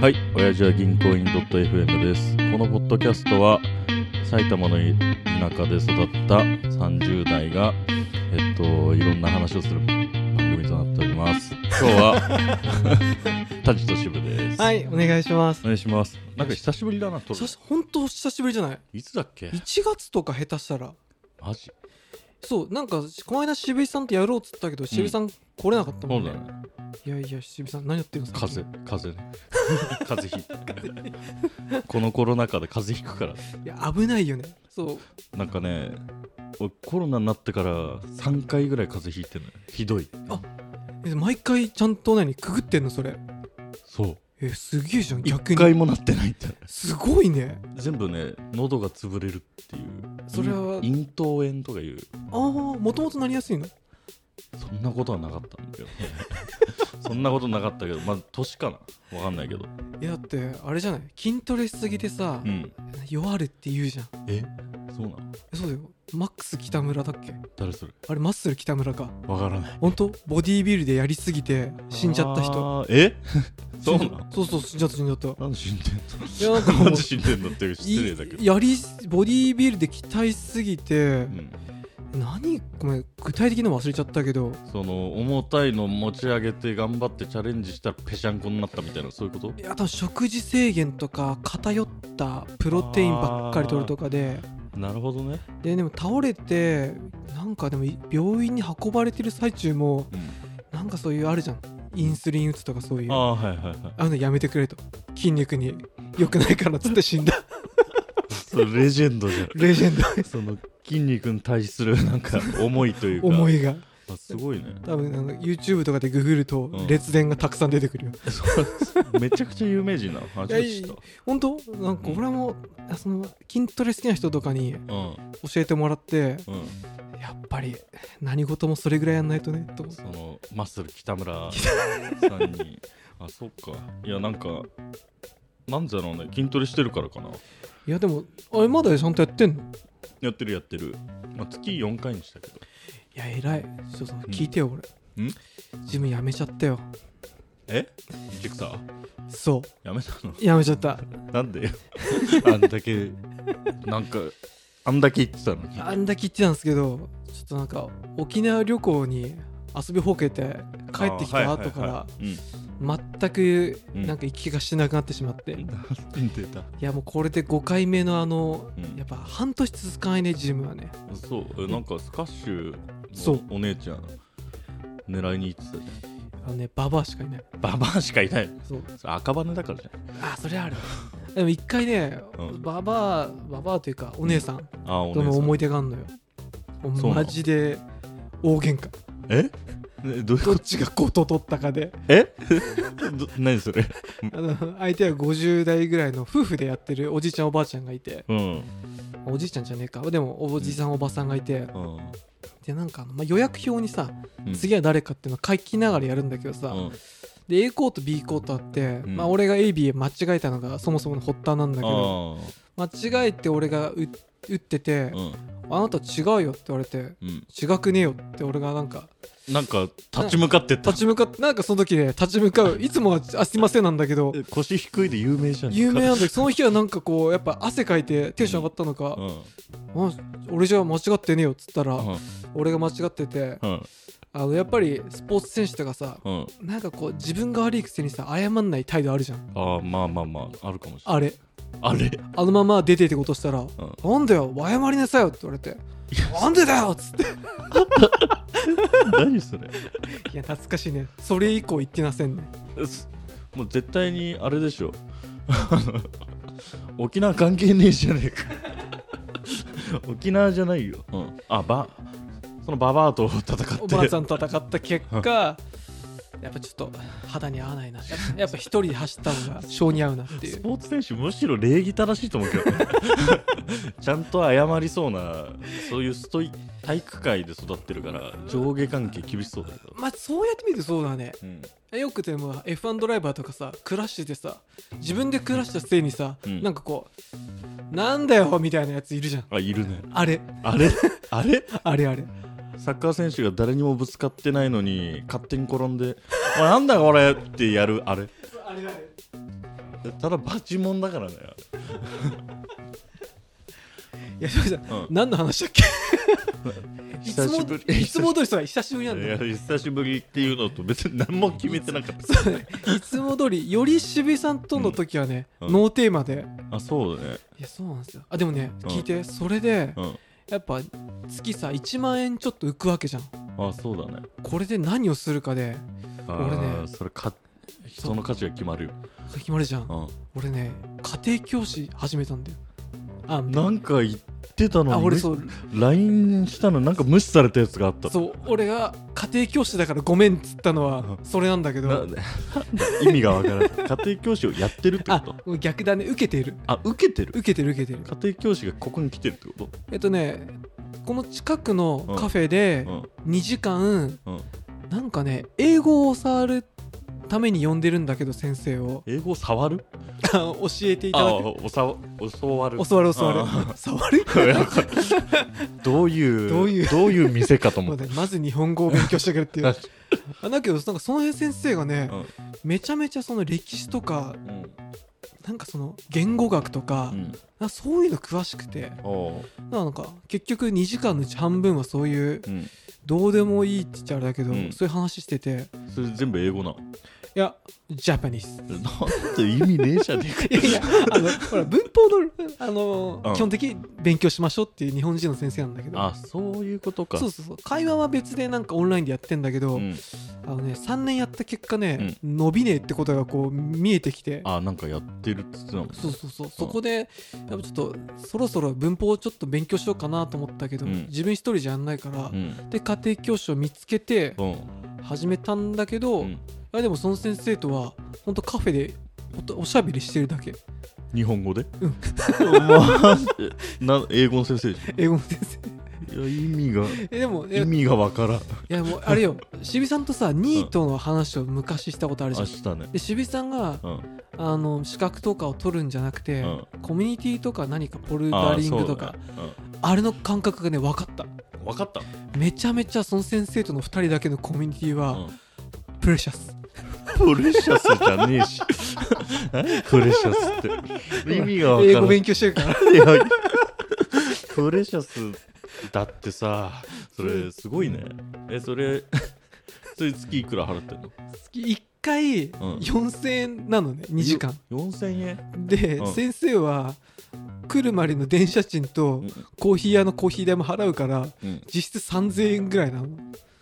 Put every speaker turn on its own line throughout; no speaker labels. はい、親父は銀行員 .fm です。このポッドキャストは埼玉のい田舎で育った30代が、えっと、いろんな話をする番組となっております。今日は、 タジと渋です。。
はいい、お願いします
お。願いします。なんか久しぶりだな、撮る
久。し本当久しぶりじゃない
いつだっけ
?1 月とか下手したら。
マジ
そう、なんか、この間渋井さんとやろうっつったけど、渋井さん来れなかっ
そ
たも
うんだ
ね。
よね。
いやいや、渋井さん何やってるんですか
風邪、風 邪ね。風邪ひいた。このコロナ禍で風邪ひくから。
いや、危ないよね。そう。
なんかね、俺コロナになってから3回ぐらい風邪ひいてるのよ。ひどい。
え毎回ちゃんと何くぐってんのそれ。
そう。
え、すげえじゃん、逆
一回
に。
もなってないんだ
すごいね。
全部ね喉が潰れるっていう
それは
咽頭炎とかいう
ああ、もともとなりやすいの
そんなことはなかったんだけど ねそんなことなかったけどまあ年かなわかんないけど
いや、だって、あれじゃない筋トレしすぎてさ、
うん
弱るって言うじゃん。
えそうなの
えそうだよ。マックス北村だっけ
誰それ
あれ、マッスル北村か。
わからない
ほんとボディービルでやりすぎて死んじゃった人。
あー えそうなの
そうそう死んじゃった死んじゃった
なんで死んでん
いやなんか
の
もう
なんで死んでんのっていう失礼だけど
いやりすボディービルで鍛えすぎて
う、ん、
何ごめん具体的なの忘れちゃったけど
その重たいの持ち上げて頑張ってチャレンジしたらぺしゃんこになったみたいなそういうこと
いや多分食事制限とか偏ったプロテインばっかり取るとかで
なるほどね、
ででも倒れてなんかでもい病院に運ばれてる最中も
うん、
なんかそういうあるじゃんインスリン打つとかそういう
あ
あ
あーはいはいはい
あいうのやめてくれと筋肉に良くないからっつって死ん だ
それレジェンドじゃん
レジェンドです
その筋肉に対するなんか思いというか
思いが
あすごいね
多分なんか YouTube とかでググると
うん
列伝がたくさん出てくるよ、
そうめちゃくちゃ有名人なの初めて知っ
い
た
や本当なんか俺も、あその筋トレ好きな人とかに
うん
教えてもらって
うん
やっぱり何事もそれぐらいやんないとねと思って
そのマッスル北村さんにあそっかいやなんかなんだろうね筋トレしてるからかない
やでもあれまだちゃんとやってんの
やってるやってる、まあ、月4回にしたけど
いや偉いちょっと聞いてよ俺、
うん
ジムやめちゃったよ
えジクサー
そ
やめたの
うやめちゃった
なんでよ あんだけなんかあんだけ言ってたのに
あんだけ言ってたんですけどちょっとなんか沖縄旅行に遊びほうけて帰ってきた後か
あーはい
ら
はいはい
全く
うん
なんか行き来がしなくなってしまって、
うん
い
なんでだ
やもうこれで5回目のあの、
うん
やっぱ半年続かないねジムはね
そうえなんかスカッシュ
そう
のお姉ちゃん狙いに行ってたじ
あのねババアしかいない
ゃんババアしかいない
そう
それ赤羽だからじゃん
あそれあるでも一回ね、
うん
ババアババアというかお姉さん
あお
と
姉
の
さん
思い出があんのよもう
そうなの
マジで大喧嘩
ええどういう
ど
こ
っ
と
ちがこと取ったかで
えど何それ
あの相手は50代ぐらいの夫婦でやってるおじいちゃんおばあちゃんがいて
うん
おじいちゃんじゃねえかでもおじさん、おばさんがいて
うん
でなんかあの、まあ、予約表にさ、
うん
次は誰かっていうの書きながらやるんだけどさ、
うん
で A コート B コートあって、
うん
まあ、俺が AB 間違えたのがそもそもの発端なんだけど
あ
間違えて俺が打打ってて
ー、うん
あなた違うよって言われて
うん
違くねえよって俺がなんか
なんか立ち向かってった
立ち向かってなんかその時ね立ち向かういつもはあすいませんなんだけど
え腰低いで有名じゃん
有名なんだけどその日はなんかこうやっぱ汗かいてテンション上がったのか
う、ん
あ俺じゃ間違ってねえよっつったら、
うん
俺が間違ってて
うん
あのやっぱりスポーツ選手とかさ
うん
なんかこう自分が悪いくせにさ謝んない態度あるじゃん
あーまあまあまああるかもしれない
あれ
あれ
あのまま出てってことしたら「
ん
なんだよ謝りなさいよ」って言われて「なんでだよ!」っつって
何それ
いや懐かしいねそれ以降言ってませんね
すもう絶対にあれでしょ あの沖縄関係ねえじゃねえか 沖縄じゃないよ、うん、あばそのババアと戦って
おばあちゃんと戦った結果やっぱちょっと肌に合わないなやっぱやっぱ一人で走った のが性に合うなってい
ス
う
ポーツ選手むしろ礼儀正しいと思うけどね ちゃんと謝りそうなそういうストイ体育会で育ってるから上下関係厳しそうだけど、
まあそうやってみるとそうだね
うん、
よくても F1 ドライバーとかさクラッシュでさ自分でクラッシュしたせいにさ、
うん
なんかこうなんだよみたいなやついるじゃん
あいるね
あれ
あれあれ
あれあれ
サッカー選手が誰にもぶつかってないのに勝手に転んで「おいなんだこれ」ってやるあれ
あれあれ
ただバチモンだからね
いやすいません
あれ
何の話だっけいつ
久し
も
ぶり
いつも通りそうだ久しぶりなん
い
だ
や
よ
久しぶりっていうのと別に何も決めてなかっ
そうねいつも通りより渋井さんとの時はね、
うん
ノーテーマで
たあそうだね
いやそうなんですよあでもね
うん
聞いて、それで
うん
やっぱ月さ1万円ちょっと浮くわけじゃん
あそうだね
これで何をするかで
あ
俺ね
ーそれか人の価値が決まるよ、
決まるじゃん
う
俺ね家庭教師始めたんだよあ
ん、なんか言ってたの
あ
に
俺そう
LINE したのなんか無視されたやつがあった
そう俺が家庭教師だからごめんっつったのは
うん
それなんだけ
な
ど
な意味がわからない家庭教師をやってるってこ
あ
と
逆だね受けている
あ受けてる
受けてる受けてる
家庭教師がここに来てるってこ
えっとねこの近くのカフェで
と
2時間
うんうん
なんかね英語を触るために呼んでるんだけど先生 を
英語触る
教えていた
あ
だく
おさお教わる
教わる教わ
あ
る 触る
どういう
どういう
どういう店かと
も
思
う
っ
ねまず日本語を勉強してくれっていう
た
あだけどなんかその辺先生がね、
うん
めちゃめちゃその歴史とか
うん
なんかその言語学とか,、
うん
そういうの詳しくてだか
おう
らなんか結局2時間のうち半分はそういう
うん
どうでもいいって言っちゃあれだけど、
うん
そういう話してて
それ全部英語なの
いやジャパニーズ
なんて意味ねえじゃね
いやいやあのほら文法の、あの
うん
基本的に勉強しましょうっていう日本人の先生なんだけ
え
ど
かあそういうことか
そうそうそう会話は別でなんかオンラインでやってんだけど、
うん
あのね3年やった結果ね、伸びねえってことがこう見えてきて
あなんかやってるっつってたもん
そうそうそう、そこでやっぱちょっとそろそろ文法をちょっと勉強しようかなと思ったけど、
うん
自分一人じゃやんないから、
うん
で家庭教師を見つけて
うん
始めたんだけど、
うん
あれでもその先生とは本当カフェでほんとおしゃべりしてるだけ
日本語で
うん
マジな英語の先生でし
英語の先生
ょいや意味が
えでもい
意
やい
味がわからん
やもうあれよ渋井さんとさニートの話を昔したことあるじゃ
明
ん、
日ね
で渋井さんが
うん
あの資格とかを取るんじゃなくて、
うん
コミュニティとか何かポル
あ
ダリングと
そう
か
だね
あ,、れの感覚がね分かった
うんわかった
めちゃめちゃその先生との2人だけのコミュニティは
うん
プレシャス、
プレシャスじゃねえし 何プレシャスって意味がわからん
英語勉強してる から
いやプレシャスだってさそれすごいねえそれ それ月いくら払ってんの
月1回
ん
4000円なのね2時間
よ4000円
で、
うん
先生は来るまでの電車賃と
うん
コーヒー屋のコーヒー代も払うから
うん
実質3000円ぐらいなの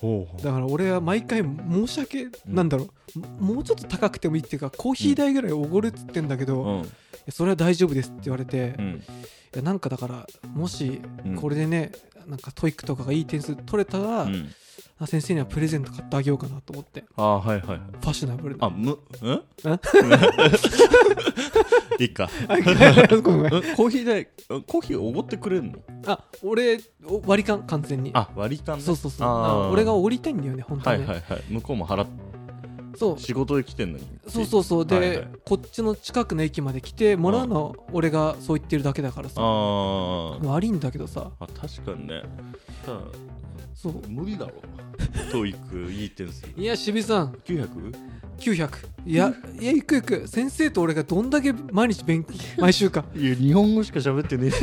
ほうほう
だから俺は毎回申し訳、
うん
なんだろうももうちょっと高くてもいいっていうかコーヒー代ぐらいおごるっつってんだけど、い
うん
やそれは大丈夫ですって言われて、
う
い
ん
やなんかだからもし
うん
これでね、なんかトイックとかがいい点数取れたら、
うん
あ先生にはプレゼント買ってあげようかなと思って
ああはいはい
ファッショナブルな
あむうん いいか
あごめんごめん
えコーヒー代えコーヒーおごってくれんの
あ俺お割り勘完全に
あ割り勘ね
そうそうそう
あー
あ俺がおごりたいんだよね本当
は
に、
い
ね
はいはい向こうも払っ
そう
仕事で来てんのに
そうそうそうで、
はいはい
こっちの近くの駅まで来てもらうのは俺がそう言ってるだけだからさ
あー
悪いんだけどさ
あ確かにねただ
そう
無理だろトイックいい点数
いや渋井さん
900?
900いやいや行く行く先生と俺がどんだけ毎日勉毎週か
いや日本語しか喋ってね
いや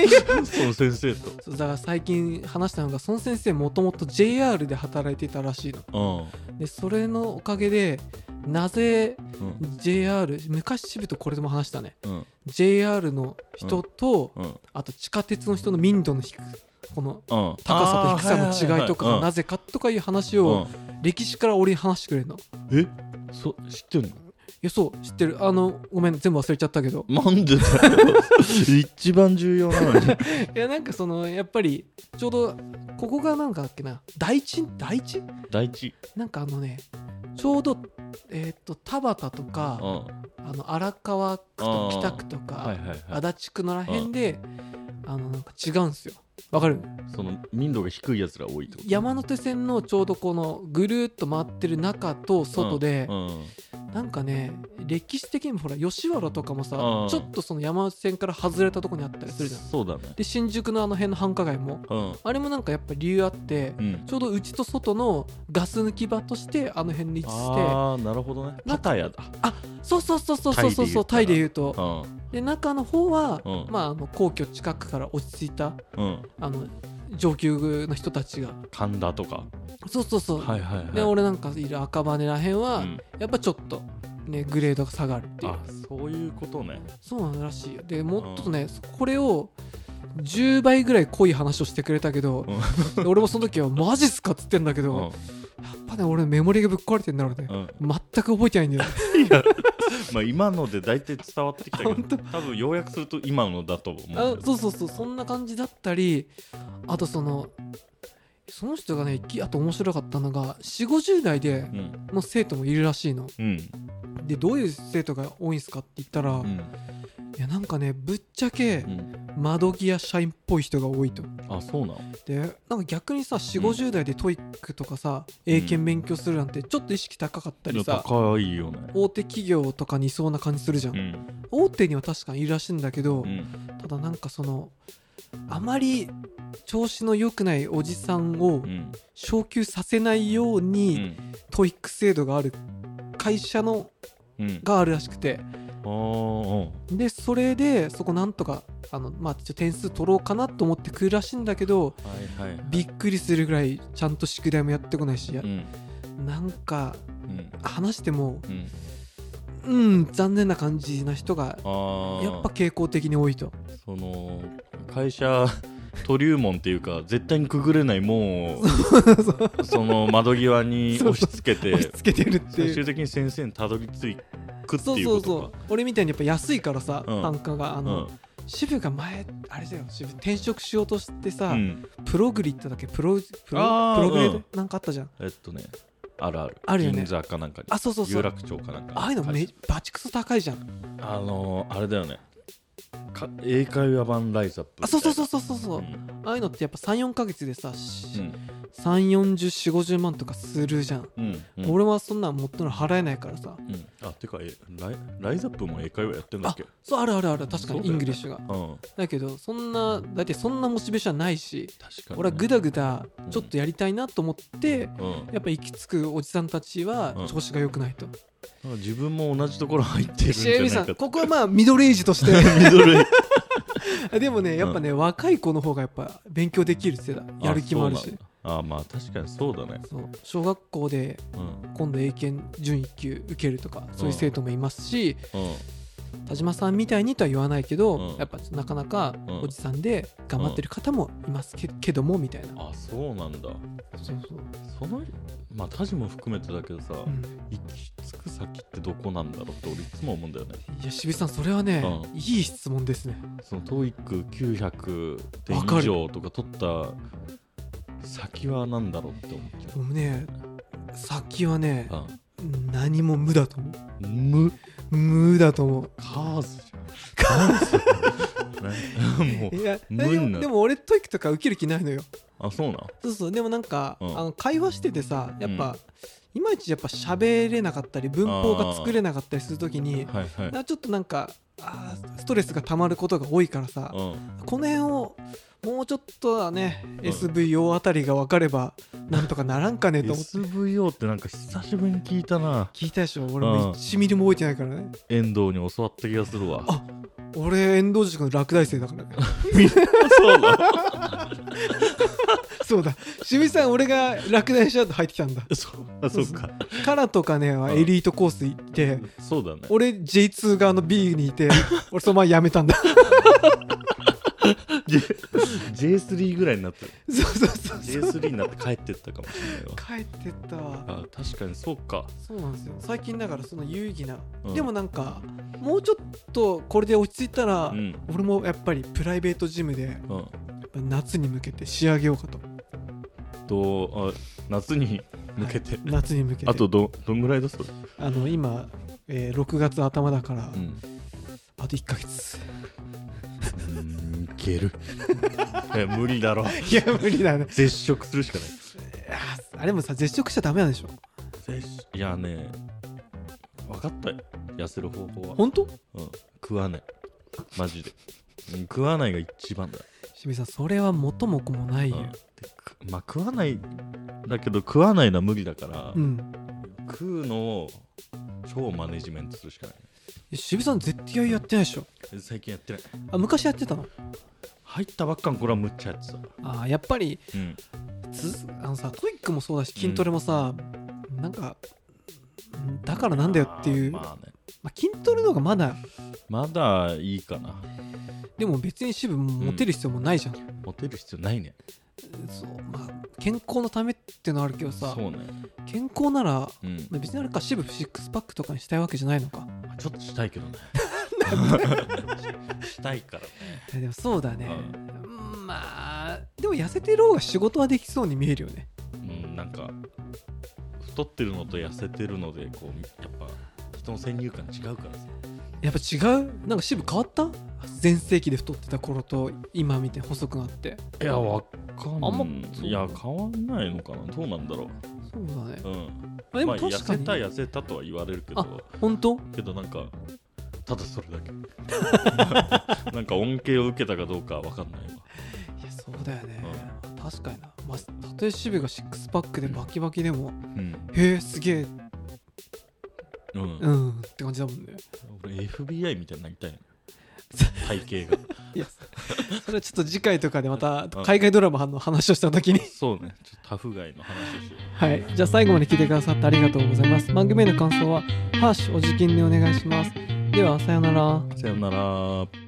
いや
えその先生と
そうだから最近話したのがその先生もともと JR で働いてたらしいの
う
でそれのおかげでなぜ
んうん
JR 昔渋とこれでも話したね
うん
JR の人と、
うん
あと地下鉄の人の民度の低くこの
高
高さと低さの違いとかがなぜかとかいう話を歴史から俺に話してくれるのい
えそ知ってんの
やそう知ってるあのごめん全部忘れちゃったけど
なんでだよ 一番重要なのに
いやなんかそのやっぱりちょうどここがなんかだっけな大地大地
第一
なんかあのねちょうどえーっと田畑と
う
か
んは
あの荒川区と
あー
北区と
いはい
か
はい
足立区のらへんであのなんか違うんですよわかる
その民度が低いやつら多いってこと
山手線のちょうどこのぐるーっと回ってる中と外で、
うんうん
なんかね歴史的にもほら吉原とかもさ、
うん
ちょっとその山手線から外れたとこにあったりするじゃん
そうだね
で新宿のあの辺の繁華街も
うん
あれもなんかやっぱ理由あって、
うん
ちょうどうちと外のガス抜き場としてあの辺に位置して
ああなるほどね
な
パタヤだ
あそうそうそうそうそうそうそう
タ
タ
イ
イ
で
で
言
言うと
うん
で中の方は、
うん
まああの皇居近くから落ち着いた
うん
あの上級の人たちが
神田とか
そうそうそう、
はいはいはい
で俺なんかいる赤羽らへんは、
うん
やっぱちょっとねグレードが下がるっていう
あそういうことね
そうなのらしいよでもっとね、これを10倍ぐらい濃い話をしてくれたけど、で俺もその時はマジっすかっつってんだけ
う
ど、
ん
やっぱね俺メモリがぶっ壊れてんだろうね、
うん
全く覚えてないんだよ ね
まあ今ので大体伝わってきたけど
本当
多分要約すると今のだと思
あ
う
そうそうそうそんな感じだったりあとそのその人がねきあと面白かったのが4 5 0代で
うん
の生徒もいるらしいの
うん
でどういう生徒が多いんすかって言ったら、
う
い
ん
やなんかねぶっちゃけ
うん
窓際社員っぽい人が多いと
あそうなの
でなんか逆にさ4 5 0代でトイックとかさ、英検勉強するなんてちょっと意識高かった
いや
りさ
高いよね
大手企業とかにいそうな感じするじゃん、
うん
大手には確かにいるらしいんだけ
う
ど、
ん
ただなんかそのあまり調子の良くないおじさんを
うん
昇給させないよう
う
に
ん
トイック制度がある会社の
うん
があるらしくて
あー
でそれでそこなんとかあの、まあ、ちょ点数取ろうかなと思ってくるらしいんだけど
はいはい
びっくりするぐらいちゃんと宿題もやってこないし、や
うん
なんか
うん
話しても
うん
うん残念な感じな人が
ああ
やっぱ傾向的に多いと
その会社登竜門っていうか絶対にくぐれない門を その窓際に押し付けて
押し付けてるっていう
最終的に先生にたどり着くって
そう
いう
そ
こ
うそ
と
う
か
俺みたいにやっぱ安いからさ、
うん
単価があ
う
の、渋が前あれだよ渋転職しようとして
ん
さ、
うん
プログリッドだっけプロプ
あ
ロ
ー
プログレー
う
ド
ん
なんかあったじゃん
えっとねあるある
あるよね
銀座かなんかに
あそうそうそ
有
う
楽町かなんかに
ああいうのめ、
会社
バチクソ高いじゃん
あのーあれだよねか英会話版ライズアップ
あそうそうそううそうそうそう、
ん
ああいうのってやっぱ34か月でさ、
う
し
ん
3 4 0 4 5 0万とかするじゃん、
うんうん
俺はそんなんもっとの払えないからさ
うんあてかえライライズアップも英会話やってんだっ
あ
け
そうあるあるある確か
そうだよ
に
ね
イングリッシュが
う
だ,、
ん
けどそんなだってそんなモチベーションはないし
確かに
俺はグダグダ
うん
ちょっとやりたいなと思って、
うん
やっぱ行き着くおじさんたちは
うん
調子が良くないと。
なんか自分も同じところ入ってるんじ
しえ
ゃな
みさ
いか
ん、
と
ここはまあミドルエイジと して。
ミドルエイジ
でもね、やっぱね、若い子の方がやっぱ勉強できるってだ。 やる気もあるし。
あそうなんだあまあ確かにそうだね
そう小学校で
うん
今度英検準1級受けるとかそういう生徒もいますし、
う
田島さんみたいにとは言わないけど、
うん
やっぱなかなか
うん
おじさんで頑張ってる方もいますけ,、けどもみたいな。
んあそうなんだ
そうそう
そのまあタジも含めてだけどさ、
うん
行き着く先ってどこなんだろうって俺いつも思うんだよね
いや渋井さんそれはね、
う
いい質問ですね
その TOEIC900 点
わかる
以上とか取った先は何だろうって思っち
もうね先はね
ゃう、
何も無だと思う
うん、無
無だと思う
カーズじゃんカ ーズねもう
いや
無になる
でも俺トイックとか受ける気ないのよ
あそうなん
そうそうでもなんか、
うん
あの会話しててさやっぱ、
うん
いまいちやっぱ喋れなかったり文法が作れなかったりするときに
はいはい
なちょっとなんかあーストレスがたまることが多いからさ、
うん
この辺をもうちょっとはね、
ん
SVO あたりが分かればなんとかならんかねと思って。
SVO ってなんか久しぶりに聞いたな
聞いたでしょ俺
うん
も1ミリも覚えてないからね、
遠藤に教わった気がするわ
あ俺遠藤塾の落第生だからね
そうだ
そうだ渋井さん俺が落第しちゃうと入ってきたんだ
そうあそうか
カラとかね
ん
エリートコース行って
そうだね
俺 J2 側の B に いて俺そのまま辞めたんだ
J- J3 ぐらいになってる
そうそうそうそう
J3 になって帰ってったかもしれないわ
帰ってったわ
あ確かにそうか
そうなんですよ最近だからその有意義な、
うん
でもなんかもうちょっとこれで落ち着いたら、
うん
俺もやっぱりプライベートジムでや
うん
っぱ夏に向けて仕上げようかと
とあ夏に向けて
夏に向けて
あとどどんぐらいだそれ
あの今、えー6月頭だから、
うん
あと1ヶ月
うんけ るいや無理だろ
いや無理だね
絶食するしかない
あれもさ絶食しちゃダメなんでしょ
絶食いやね分かったよ痩せる方法は、
本当
うん、食わないマジでうん食わないが一番だ
清水さんそれは元も子もないよ
うんでくまあ食わないだけど食わないのは無理だから、
うん
食うのを超マネジメントするしかない
清水さん絶対やってないでしょ
最近やってない
あ昔やってたの
入ったばっかの頃はむっちゃやってた、
あーやっぱり
うん、
つあのさトイックもそうだし筋トレもさ、なんかうんだからなんだよっていう、ま
まあね
あ、筋トレの方がまだ
まだいいかな
でも別に渋モテる必要もないじゃん、
モテる必要ないね
そうまあ健康のためっていうのはあるけどさ
そうね
健康なら
うん
まあ別にあれか渋シックスパックとかにしたいわけじゃないのか
まあちょっとしたいけど ねしたいから
えでもそうだね、うんまあでも痩せてる方が仕事はできそうに見えるよね
うんなんか太ってるのと痩せてるのでこうやっぱ人の先入観違うからさ
やっぱ違うなんか渋変わった全盛期で太ってた頃と今見て細くなって
いやわかん
あんまそう
いや変わんないのかなどうなんだろ
そうだね
ううん
まあで
ま
も
あ
確か
痩せ
に、
た痩せたとは言われるけど
あ本当
けどなんかただそれだけ なんか恩恵を受けたかどうかは分かんないわ
いやそうだよね、確かにな、まあ、たとえ渋がシックスパックでバキバキでも、
うん、
へえすげえ
うん
うんって感じだもんね
俺 FBI みたいになり たいの
そ
体型が
いやそれはちょっと次回とかでまた海外ドラマの話をした時に
そうねちょっとタフガイの話をしよう
はい、じゃあ最後まで聞いてくださってありがとうございます。番組への感想は、ハッシュおじきんでお願いします。では、さようなら。
さよなら